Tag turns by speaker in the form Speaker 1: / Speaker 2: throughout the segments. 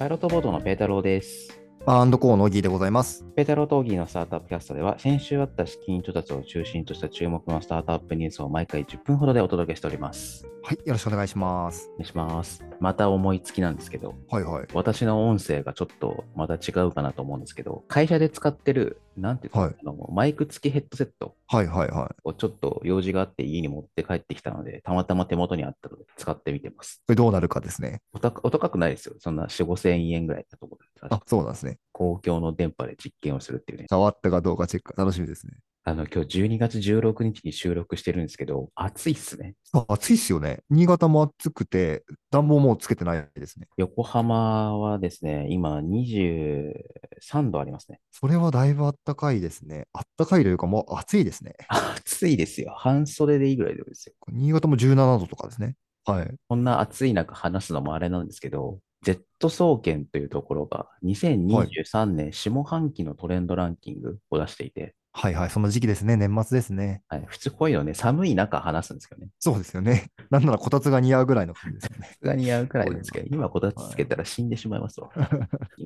Speaker 1: ロットボードのペータローです。
Speaker 2: アンドコーのギーでございます。
Speaker 1: ペータローとオギーのスタートアップキャストでは、先週あった資金調達を中心とした注目のスタートアップニュースを毎回10分ほどでお届けしております。
Speaker 2: はい、よろしくお願いします。
Speaker 1: お願いします。また思いつきなんですけど、
Speaker 2: はいはい。
Speaker 1: 私の音声がちょっとまた違うかなと思うんですけど、会社で使ってる、なんていうの、
Speaker 2: はい
Speaker 1: あのマイク付きヘッドセット
Speaker 2: はいはいはい。
Speaker 1: をちょっと用事があって家に持って帰ってきたので、たまたま手元にあったので使ってみてます。
Speaker 2: これどうなるかですね。
Speaker 1: お高お高くないですよ。そんな4、5千円ぐらいだと思う
Speaker 2: あ、そうなんですね。
Speaker 1: 公共の電波で実験をするっていうね。
Speaker 2: 触ったかどうかチェック、楽しみですね。
Speaker 1: あの、今日12月16日に収録してるんですけど、暑いっすね。
Speaker 2: あ暑いっすよね。新潟も暑くて、暖房もうつけてないですね。
Speaker 1: 横浜はですね、今23度ありますね。
Speaker 2: それはだいぶ暖かいですね。暖かいというか、もう暑いですね。
Speaker 1: 暑いですよ。半袖でいいぐらいですよ。
Speaker 2: 新潟も17度とかですね。はい。
Speaker 1: こんな暑い中話すのもあれなんですけど、Z 総研というところが2023年下半期のトレンドランキングを出していて、
Speaker 2: はいはい、その時期ですね。年末ですね。
Speaker 1: はい、普通こういうのね、寒い中話すんですけどね。
Speaker 2: そうですよね。なんならこたつが似合うぐらいの感じですよね
Speaker 1: さ。すがにやるくらいなんですけど、今こたつつけたら死んでしまいますわ。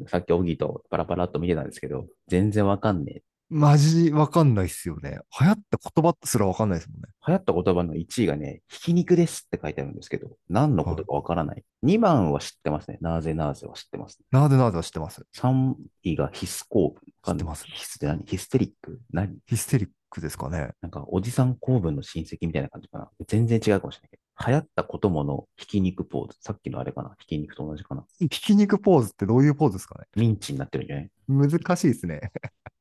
Speaker 1: さっきオギーとパラパラっと見てたんですけど、全然わかんねえ。
Speaker 2: マジわかんないっすよね。流行った言葉すらわかんないですもんね。
Speaker 1: 流行った言葉の1位がね、ひき肉ですって書いてあるんですけど、何のことかわからない。2番は知ってますね。なぜなぜは知ってます、ね。
Speaker 2: なぜなぜは知ってます。
Speaker 1: 3位がヒス構文。わかんない
Speaker 2: 知ってます
Speaker 1: ヒスって何ヒステリック何
Speaker 2: ヒステリックですかね。
Speaker 1: なんかおじさん構文の親戚みたいな感じかな。全然違うかもしれないけど。流行ったことものひき肉ポーズ。さっきのあれかな。ひき肉と同じかな。
Speaker 2: ひき肉ポーズってどういうポーズですかね
Speaker 1: ミンチになってるんじゃない
Speaker 2: 難しいですね。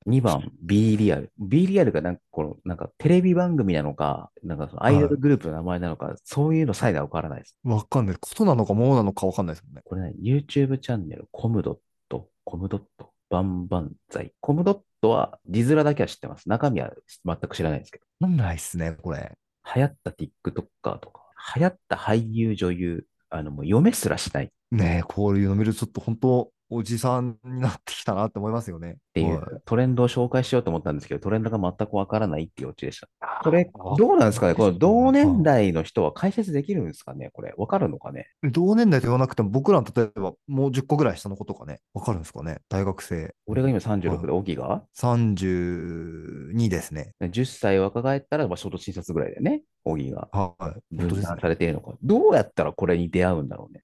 Speaker 1: 2番、B リアル。B リアルがなんかこの、なんかテレビ番組なのか、なんかそのアイドルグループの名前なのか、そういうのさえがわからないです。
Speaker 2: わかんない。ことなのかもうなのかわかんないですもんね。
Speaker 1: これね、YouTube チャンネル、コムドット、コムドット、バンバンザイ。コムドットは字面だけは知ってます。中身は全く知らないですけど。
Speaker 2: わかんないっすね、これ。
Speaker 1: 流行った TikToker とか、流行った俳優、女優、あの、もう嫁すらしないっ
Speaker 2: ねえ、こういうの見るとちょっと本当、おじさんになってきたなって思いますよね。って
Speaker 1: いうトレンドを紹介しようと思ったんですけど、トレンドが全くわからないっていうオチでした。これ、どうなんですかねこの同年代の人は解説できるんですかねこれ、わかるのかね
Speaker 2: 同年代と言わなくても、僕らの例えばもう10個ぐらい下の子とかね、わかるんですかね。大学生
Speaker 1: 俺が今36で、オギが
Speaker 2: 32ですね。
Speaker 1: 10歳若返ったら、まあ、ちょうど診察ぐらいだよね。オギが
Speaker 2: はい。本
Speaker 1: 分
Speaker 2: 当です
Speaker 1: 散
Speaker 2: ね。
Speaker 1: されているのか。どうやったらこれに出会うんだろうね。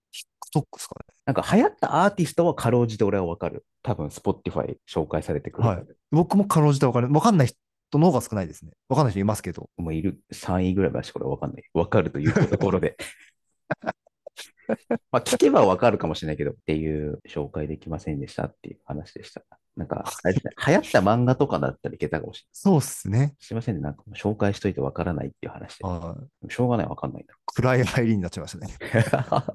Speaker 2: TikTok ですかね。
Speaker 1: なんか流行ったアーティストはかろうじて俺はわかる。多分 Spotify 紹介されてくる。
Speaker 2: はい僕もかろうじてわかる。わかんない人の方が少ないですね。わかんない人いますけど。
Speaker 1: もういる3位ぐらいまでしかこれわかんない。わかるというところで。まあ聞けばわかるかもしれないけどっていう紹介できませんでしたっていう話でした。なんか、あれですね流行った漫画とかだったらいけたかもしれない。
Speaker 2: そうっすね。
Speaker 1: すいませんね。なんか紹介しといてわからないっていう話で。
Speaker 2: はい。
Speaker 1: しょうがない、わかんないな。
Speaker 2: 暗い入りになっちゃいましたね。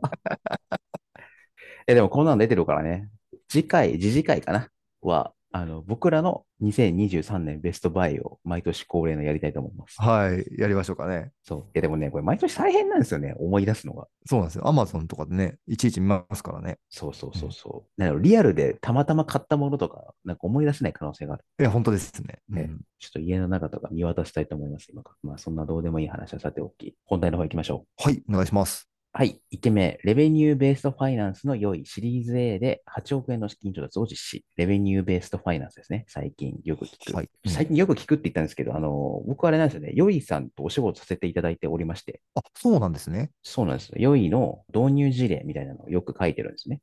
Speaker 1: え、でもこんなの出てるからね。次回、次次回かなは、あの、僕らの2023年ベストバイを毎年恒例のやりたいと思います。
Speaker 2: はい。やりましょうかね。
Speaker 1: そう。いや、でもね、これ毎年大変なんですよね。思い出すのが。
Speaker 2: そうなんですよ。アマゾンとかでね、いちいち見ますからね。
Speaker 1: そうそうそうそう。なのリアルでたまたま買ったものとか、なんか思い出せない可能性がある。
Speaker 2: いや、本当ですね。う
Speaker 1: ね
Speaker 2: ん
Speaker 1: ちょっと家の中とか見渡したいと思います、今から。まあ、そんなどうでもいい話はさておき、本題の方行きましょう。
Speaker 2: はい、お願いします。
Speaker 1: はい、1点目、レベニューベースドファイナンスの良いシリーズ A で8億円の資金調達を実施。レベニューベースドファイナンスですね。最近よく聞く。
Speaker 2: はい。
Speaker 1: 最近よく聞くって言ったんですけど、あの、僕はあれなんですよね。良いさんとお仕事させていただいておりまして、
Speaker 2: あ、そうなんですね。
Speaker 1: そうなんですよ。良いの導入事例みたいなのをよく書いてるんですね。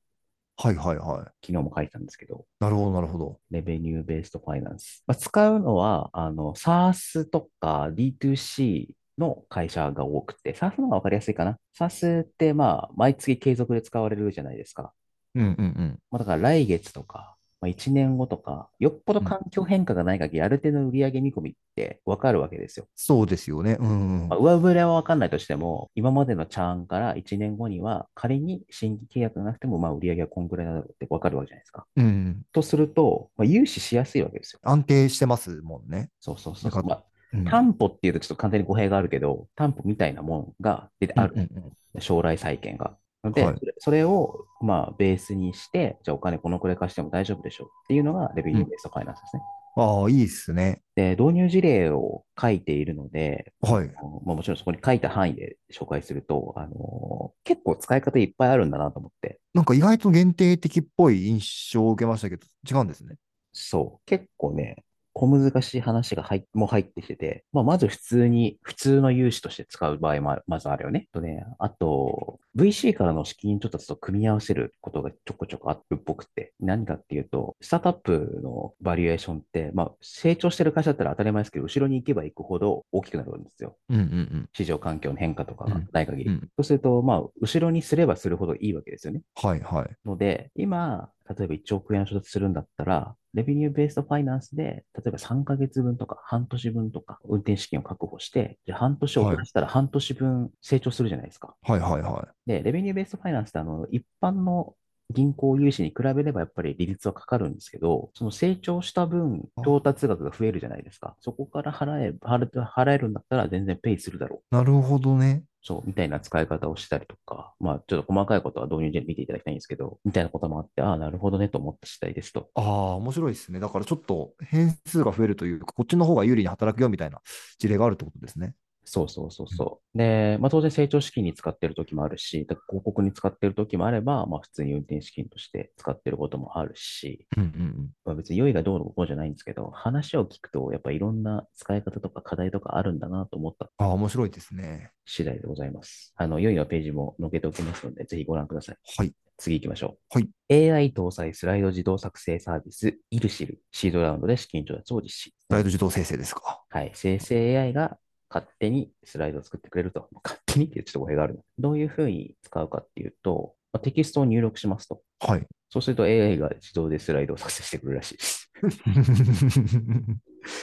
Speaker 2: はいはいはい。
Speaker 1: 昨日も書いてたんですけど、
Speaker 2: なるほど、なるほど。
Speaker 1: レベニューベースドファイナンス。まあ、使うのは、あの、SARS とか D2C の会社が多くて、SARS の方がわかりやすいかな。SARS って、まあ、毎月継続で使われるじゃないですか。
Speaker 2: うんうんうん。
Speaker 1: まあ、だから来月とか、まあ、1年後とか、よっぽど環境変化がない限り、ある程度の売上見込みって分かるわけですよ。
Speaker 2: そうですよね。うん、うん
Speaker 1: まあ、。上振れは分かんないとしても、今までのチャーンから1年後には、仮に新規契約がなくても、まあ、売上はこんぐらいだろうって分かるわけじゃないですか。
Speaker 2: うんうん。
Speaker 1: とすると、まあ、融資しやすいわけですよ。
Speaker 2: 安定してますもんね。
Speaker 1: そうそうそう。
Speaker 2: だから
Speaker 1: まあ、
Speaker 2: うん
Speaker 1: 担保っていうとちょっと完全に語弊があるけど、担保みたいなもんが出てある。
Speaker 2: うんうんうん
Speaker 1: 将来債権が。ので、
Speaker 2: はい
Speaker 1: それそれを、まあ、ベースにして、じゃあお金このくらい貸しても大丈夫でしょうっていうのがレベニューベーストファイナンスですね。
Speaker 2: ああ、いいっすね。
Speaker 1: で、導入事例を書いているので、
Speaker 2: はい。
Speaker 1: あのまあ、もちろんそこに書いた範囲で紹介すると、あの結構使い方いっぱいあるんだなと思って、
Speaker 2: なんか意外と限定的っぽい印象を受けましたけど、違うんですね。
Speaker 1: そう、結構ね、小難しい話が入っもう入ってきてて、まあ、まず普通に、普通の融資として使う場合もあるまずあるよね。とね、あと、VC からの資金調達と組み合わせることがちょこちょこあるっぽくて、何かっていうと、スタートアップのバリエーションって、まあ、成長してる会社だったら当たり前ですけど、後ろに行けば行くほど大きくなるんですよ。
Speaker 2: うんうん
Speaker 1: 市場環境の変化とか
Speaker 2: う
Speaker 1: が
Speaker 2: ん
Speaker 1: ない限り。
Speaker 2: うん
Speaker 1: そうすると、まあ、後ろにすればするほどいいわけですよね。
Speaker 2: うん。はいはい。
Speaker 1: ので、今、例えば1億円を調達するんだったら、レビニューベースドファイナンスで、例えば3ヶ月分とか半年分とか、運転資金を確保して、じゃあ半年を
Speaker 2: はい
Speaker 1: 遅らせたら半年分成長するじゃないですか。
Speaker 2: はいはいは
Speaker 1: で、レビニューベースドファイナンスって、あの、一般の銀行融資に比べればやっぱり利率はかかるんですけど、その成長した分、
Speaker 2: あ
Speaker 1: 到達額が増えるじゃないですか。そこから払え、払え払えるんだったら全然ペイするだろう。
Speaker 2: い。なるほどね。
Speaker 1: そう、みたいな使い方をしたりとか、まあ、ちょっと細かいことは導入で見ていただきたいんですけど、みたいなこともあって、ああ、なるほどねと思った次第ですと。
Speaker 2: ああ、面白いですね。だからちょっと変数が増えるというか、こっちの方が有利に働くよみたいな事例があるってことですね。
Speaker 1: そうそうそうそう。で、まあ、当然成長資金に使ってる時もあるし、だから広告に使ってる時もあれば、まあ、普通に運転資金として使ってることもあるし、
Speaker 2: うんうん
Speaker 1: まあ、別に良いがどうのこうじゃないんですけど、話を聞くと、やっぱいろんな使い方とか課題とかあるんだなと思った
Speaker 2: うん。ああ、面白いですね。
Speaker 1: 次第でございます。あの、良いのページも載っけておきますので、ぜひご覧ください。
Speaker 2: はい。
Speaker 1: 次行きましょう。
Speaker 2: はい
Speaker 1: AI 搭載スライド自動作成サービス、イルシル、シードラウンドで資金調達を実施。
Speaker 2: スライド自動生成ですか。
Speaker 1: はい。生成 AI が勝手にスライドを作ってくれると。勝手にっていうちょっと語弊があるな。どういうふうに使うかっていうと、まあテキストを入力しますと。
Speaker 2: はい。
Speaker 1: そうすると AI が自動でスライドを作成してくれるらしいです。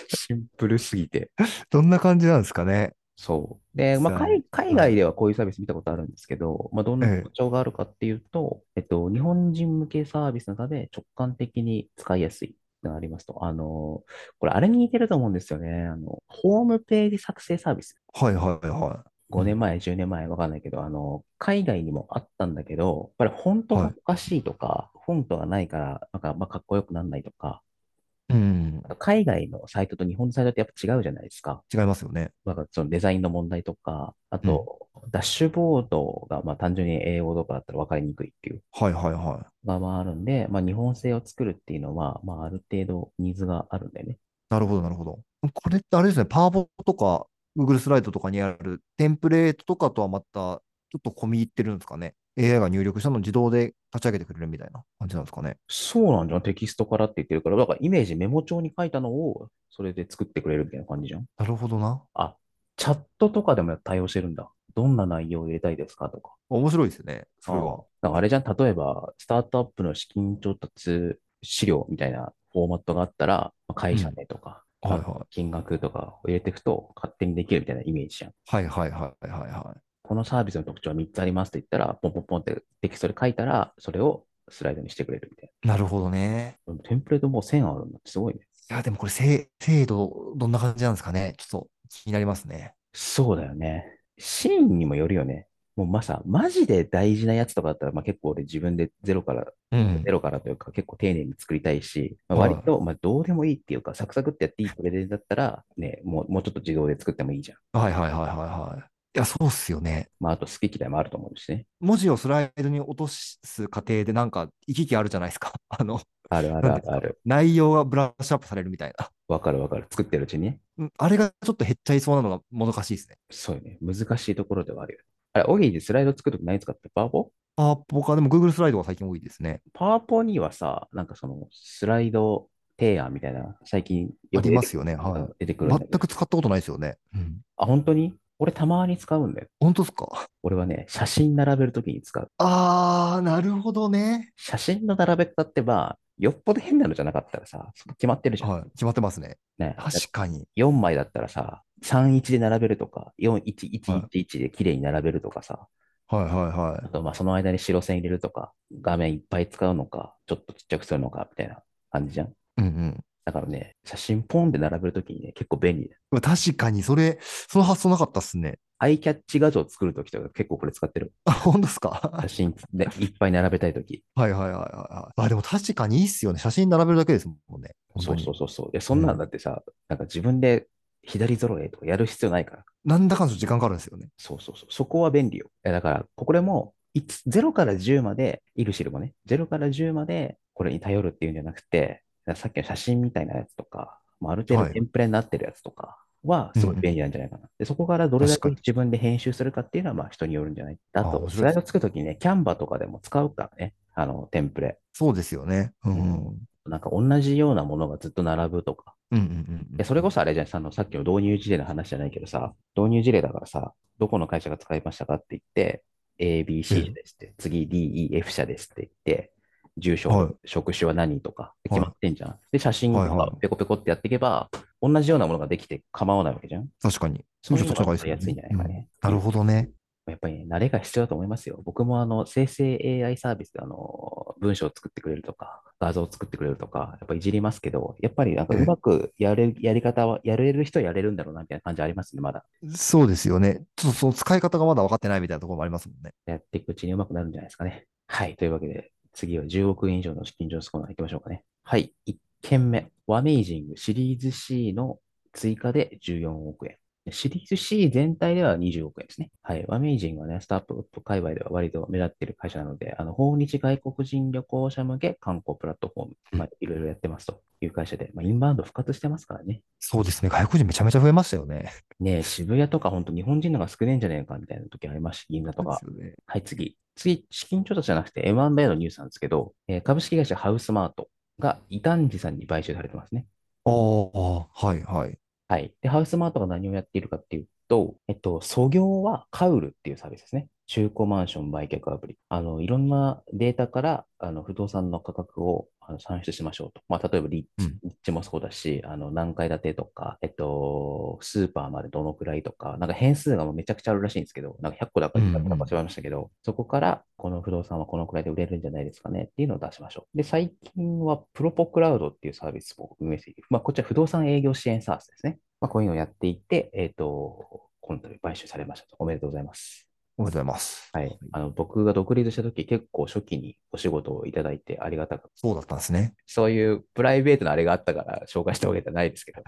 Speaker 1: シンプルすぎて。
Speaker 2: どんな感じなんですかね。
Speaker 1: そう。で、まあ、
Speaker 2: さあ
Speaker 1: 海海外ではこういうサービス見たことあるんですけど、まあ、どんな
Speaker 2: ええ
Speaker 1: 特徴があるかっていうと、えっと、日本人向けサービスのため直感的に使いやすいのがありますと、あの、これあれに似てると思うんですよね。あの、ホームページ作成サービス。
Speaker 2: はいはいは
Speaker 1: 5年前、10年前、わかんないけど、あの、海外にもあったんだけど、やっぱりフォントが
Speaker 2: はい
Speaker 1: おかしいとか、フォントがないから、なんか、まあ、かっこよくなんないとか、
Speaker 2: い。うん。
Speaker 1: 海外のサイトと日本のサイトってやっぱ違うじゃないですか。
Speaker 2: 違いますよね。
Speaker 1: なんかそのデザインの問題とか、あと、ダッシュボードが、まあ、単純に英語とかだったら分かりにくいっていう
Speaker 2: はいはいは
Speaker 1: のがまああるんで、まあ、日本製を作るっていうのは、まあ、ある程度ニーズがあるんだよね。
Speaker 2: い。なるほどなるほど。これってあれですね、パワーボとか Google スライドとかにあるテンプレートとかとはまたちょっと込み入ってるんですかね。AI が入力したのを自動で立ち上げてくれるみたいな感じなんですかね。
Speaker 1: そうなんじゃん、テキストからって言ってるから、だからイメージメモ帳に書いたのを、それで作ってくれるみたいな感じじゃん。
Speaker 2: なるほどな。
Speaker 1: あ、チャットとかでも対応してるんだ。どんな内容を入れたいですかとか。
Speaker 2: 面白いですね、それは。
Speaker 1: なんかあれじゃん、例えば、スタートアップの資金調達資料みたいなフォーマットがあったら、まあ会社名とか、
Speaker 2: はいは
Speaker 1: 金額とかを入れていくと、勝手にできるみたいなイメージじゃん。
Speaker 2: い。はいはいはいはいは
Speaker 1: このサービスの特徴は3つありますって言ったら、ポンポンポンってテキストで書いたら、それをスライドにしてくれるみたい
Speaker 2: い。なるほどね。
Speaker 1: な。テンプレートもう1000あるんだってすごいね。
Speaker 2: いや、でもこれ精、精度、どんな感じなんですかね。ちょっと気になりますね。
Speaker 1: そうだよね。シーンにもよるよね。もうまさ、マジで大事なやつとかだったら、まあ、結構俺自分でゼロから
Speaker 2: うん
Speaker 1: ゼロからというか、結構丁寧に作りたいし、まあ、
Speaker 2: はい
Speaker 1: 割と、まあ、どうでもいいっていうか、サクサクってやっていいプレゼンだったら、ね、もうもうちょっと自動で作ってもいいじゃん。
Speaker 2: はいはいはいはいはい。いや、そうっすよね。
Speaker 1: まあ、あと好き嫌いもあると思うしね。
Speaker 2: 文字をスライドに落とす過程でなんか行き来あるじゃないですか。 あの、
Speaker 1: あるあるあるある。
Speaker 2: 内容がブラッシュアップされるみたいな。
Speaker 1: わかるわかる。作ってるうちにね。
Speaker 2: うんあれがちょっと減っちゃいそうなのがもどかしいですね。
Speaker 1: そうよね。難しいところではあるよ。あれ、オギーでスライド作るとき何使ってパワポ
Speaker 2: パワポか、でも Google スライドが最近多いですね。
Speaker 1: パワポにはさ、なんかその、スライド提案みたいな、最近よ
Speaker 2: あ
Speaker 1: く
Speaker 2: り
Speaker 1: 出
Speaker 2: ま
Speaker 1: て
Speaker 2: すよね。
Speaker 1: う
Speaker 2: は
Speaker 1: ん出てく
Speaker 2: い。
Speaker 1: るんだ
Speaker 2: 全
Speaker 1: けど。
Speaker 2: く使ったことないですよね。うん。
Speaker 1: あ、本当に俺たまに使うんだよ。
Speaker 2: 本当ですか。
Speaker 1: 俺はね、写真並べるときに使う。
Speaker 2: あー、なるほどね。
Speaker 1: 写真の並べ方ってば、よっぽど変なのじゃなかったらさ、その決まってるじゃん。
Speaker 2: はい。決まってますね。
Speaker 1: ね、
Speaker 2: 確かに。
Speaker 1: 4枚だったらさ、31で並べるとか、41111で綺麗に並べるとかさ、
Speaker 2: はいはいは
Speaker 1: あ
Speaker 2: い。
Speaker 1: とまあその間に白線入れるとか、画面いっぱい使うのか、ちょっとちっちゃくするのかみたいな感じじゃん。
Speaker 2: うんうん。
Speaker 1: だからね、写真ポンって並べるときにね、結構便利だ。
Speaker 2: うわ確かに、それ、その発想なかったっすね。
Speaker 1: アイキャッチ画像作るときとか結構これ使ってる。
Speaker 2: あ、本当ですか
Speaker 1: 写真でいっぱい並べたいとき。
Speaker 2: はいはいはいはいはい。あ、でも確かにいいっすよね。写真並べるだけですもんね。本
Speaker 1: そ
Speaker 2: 当
Speaker 1: う
Speaker 2: に
Speaker 1: そうそうそう。で、そんなんだってさ、なんか自分で左揃えとかやる必要ないから。
Speaker 2: なんだかんだ時間かかるんですよね。
Speaker 1: そうそうそう。そこは便利よ。えだから、これも、いつ0から10まで、イルシルもね、0から10までこれに頼るっていうんじゃなくて、さっきの写真みたいなやつとか、まあ、ある程
Speaker 2: は
Speaker 1: 度
Speaker 2: い
Speaker 1: テンプレになってるやつとかは、すごい便利なんじゃないかな。でそこからどれだ
Speaker 2: 確か
Speaker 1: け
Speaker 2: に
Speaker 1: 自分で編集するかっていうのは、まあ人によるんじゃないあ
Speaker 2: あ
Speaker 1: と、
Speaker 2: 面
Speaker 1: ス
Speaker 2: 白
Speaker 1: ライ
Speaker 2: いです
Speaker 1: ド作るときにね、キャンバーとかでも使うからね、あの、テンプレ。
Speaker 2: そうですよね。うんうん。
Speaker 1: うんなんか同じようなものがずっと並ぶとか。
Speaker 2: うんうんうんうん。
Speaker 1: でそれこそあれじゃん、あのさっきの導入事例の話じゃないけどさ、導入事例だからさ、どこの会社が使いましたかって言って、A、B、
Speaker 2: う
Speaker 1: C
Speaker 2: ん
Speaker 1: 社ですって、次 D、E、F 社ですって言って、住所、
Speaker 2: はい
Speaker 1: 職種は何とか
Speaker 2: はい
Speaker 1: 決まってんじゃん。で、写真と
Speaker 2: はいは
Speaker 1: か
Speaker 2: い
Speaker 1: ペコペコってやっていけば、同じようなものができて構わないわけじゃん。
Speaker 2: 確かに。
Speaker 1: そういうの
Speaker 2: ちょっと
Speaker 1: が
Speaker 2: 高い
Speaker 1: やりや
Speaker 2: です
Speaker 1: すい
Speaker 2: よ
Speaker 1: んじ
Speaker 2: ね
Speaker 1: ゃないかね。
Speaker 2: なるほどね。
Speaker 1: やっぱりね、慣れが必要だと思いますよ。僕もあの生成 AI サービスであの文章を作ってくれるとか、画像を作ってくれるとか、やっぱいじりますけど、やっぱりなんかうまくやれるやり方は、やれる人はやれるんだろうなみたいな感じありますね、まだ。
Speaker 2: そうですよね。ちょっとその使い方がまだ分かってないみたいなところもありますもんね。
Speaker 1: やっていくうちにうまくなるんじゃないですかね。はい。というわけで、次は10億円以上の資金上スコーナー行きましょうかね。はい。1件目。ワメイジングシリーズ C の追加で14億円。シリーズ C 全体では20億円ですね。はい。ワメイジングはね、スタートアップ界隈では割と目立っている会社なので、あの、訪日外国人旅行者向け観光プラットフォーム、まあ、いろいろやってますという会社で、まあ、インバウンド復活してますからね。
Speaker 2: そうですね。外国人めちゃめちゃ増えましたよね。
Speaker 1: ねえ渋谷とか本当日本人の方が少ねえんじゃねえかみたいな時ありますし、銀座とか。
Speaker 2: そうですよね
Speaker 1: はい、次。次、資金調達じゃなくて M&A のニュースなんですけど、えー株式会社ハウスマートが異端児さんに買収されてますね。
Speaker 2: ああ、はいはい。
Speaker 1: はい。で、ハウスマートが何をやっているかっていうと、えっと、租業はカウルっていうサービスですね。中古マンション売却アプリ。あの、いろんなデータから、あの、不動産の価格をあの算出しましょうと。まあ、例えば立地、
Speaker 2: うん
Speaker 1: 立地もそうだし、あの、何階建てとか、えっと、スーパーまでどのくらいとか、なんか変数がもうめちゃくちゃあるらしいんですけど、なんか100個だか
Speaker 2: うんう
Speaker 1: 100
Speaker 2: ん
Speaker 1: 個だか忘れましたけど、そこから、この不動産はこのくらいで売れるんじゃないですかねっていうのを出しましょう。で、最近はプロポクラウドっていうサービスを運営している。まあ、こっちは不動産営業支援サービスですね。まあ、こういうのをやっていて、えっ、と、今度買収されましたと。おめでとうございます。
Speaker 2: おめでとうございます。
Speaker 1: はい。あの、僕が独立した時、結構初期にお仕事をいただいてありがたかった。
Speaker 2: そうだったんですね。
Speaker 1: そういうプライベートのあれがあったから紹介したわけじゃないですけど。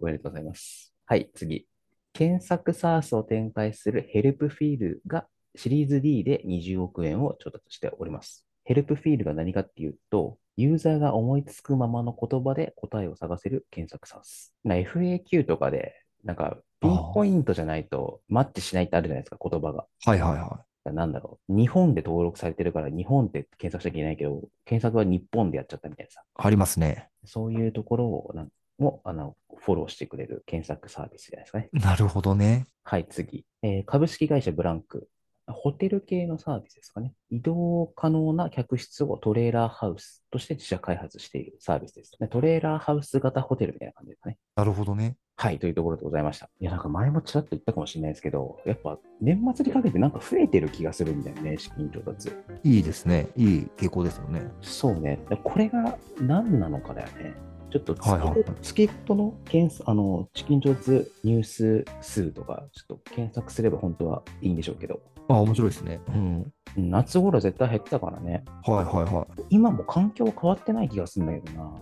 Speaker 1: おめでとうございます。はい、次。検索サースを展開するヘルプフィールがシリーズ D で20億円を調達しております。ヘルプフィールが何かっていうと、ユーザーが思いつくままの言葉で答えを探せる検索サービス。な FAQ とかで、なんか、ピンポイントじゃないとマッチしないってあるじゃないですか、言葉が。
Speaker 2: はいはいは
Speaker 1: なんだろう。日本で登録されてるから、日本って検索しちゃいけないけど、検索は日本でやっちゃったみたいなさ。
Speaker 2: い。ありますね。
Speaker 1: そういうところをなんもあのフォローしてくれる検索サービスじゃないですかね。
Speaker 2: なるほどね。
Speaker 1: はい、次。えー株式会社ブランク。ホテル系のサービスですかね。移動可能な客室をトレーラーハウスとして自社開発しているサービスです。トレーラーハウス型ホテルみたいな感じですかね。
Speaker 2: なるほどね。
Speaker 1: はい、というところでございました。いや、なんか前もちらっと言ったかもしれないですけど、やっぱ年末にかけてなんか増えてる気がするんだよね、資金調達。
Speaker 2: いいですね。いい傾向ですよね。
Speaker 1: そうね、だこれが何なのかだよね。ちょっと月,、
Speaker 2: はいはい
Speaker 1: 月ごとの検索あの資金調達ニュース数とか、ちょっと検索すれば本当はいいんでしょうけど、
Speaker 2: あ、面白いですね。うん。
Speaker 1: 夏頃絶対減ってたからね、
Speaker 2: はいはいは
Speaker 1: 今も環境変わってない気がするんだけどな。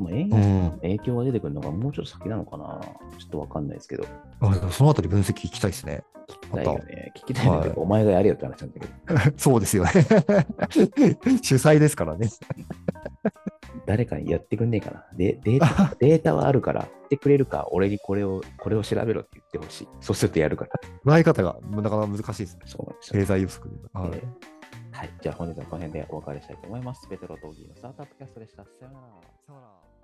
Speaker 1: まあ、円
Speaker 2: い。う
Speaker 1: 安の
Speaker 2: ん。
Speaker 1: 影響が出てくるのがもうちょっと先なのかな、ちょっとわかんないですけど、
Speaker 2: あでもそのあたり分析聞きたいですね。
Speaker 1: だ
Speaker 2: ま
Speaker 1: い
Speaker 2: た
Speaker 1: ぶね、聞きたいんだけど、お前がやれよって話なんだけど、
Speaker 2: そうですよね。主催ですから ね。
Speaker 1: 誰かにやってくんねえかな。でデー タデータはあるから、やってくれるか、俺にこれをこれを調べろって言ってほしい。そうするとやるから。
Speaker 2: 捉え方がなかなか難しいですね。
Speaker 1: そうなんですよ
Speaker 2: 経済予測。はい
Speaker 1: えーはい。じゃあ本日はこの辺でお別れしたいと思います。ベトロとオギーのスタートアップキャストでした。さようなら。
Speaker 2: さよなら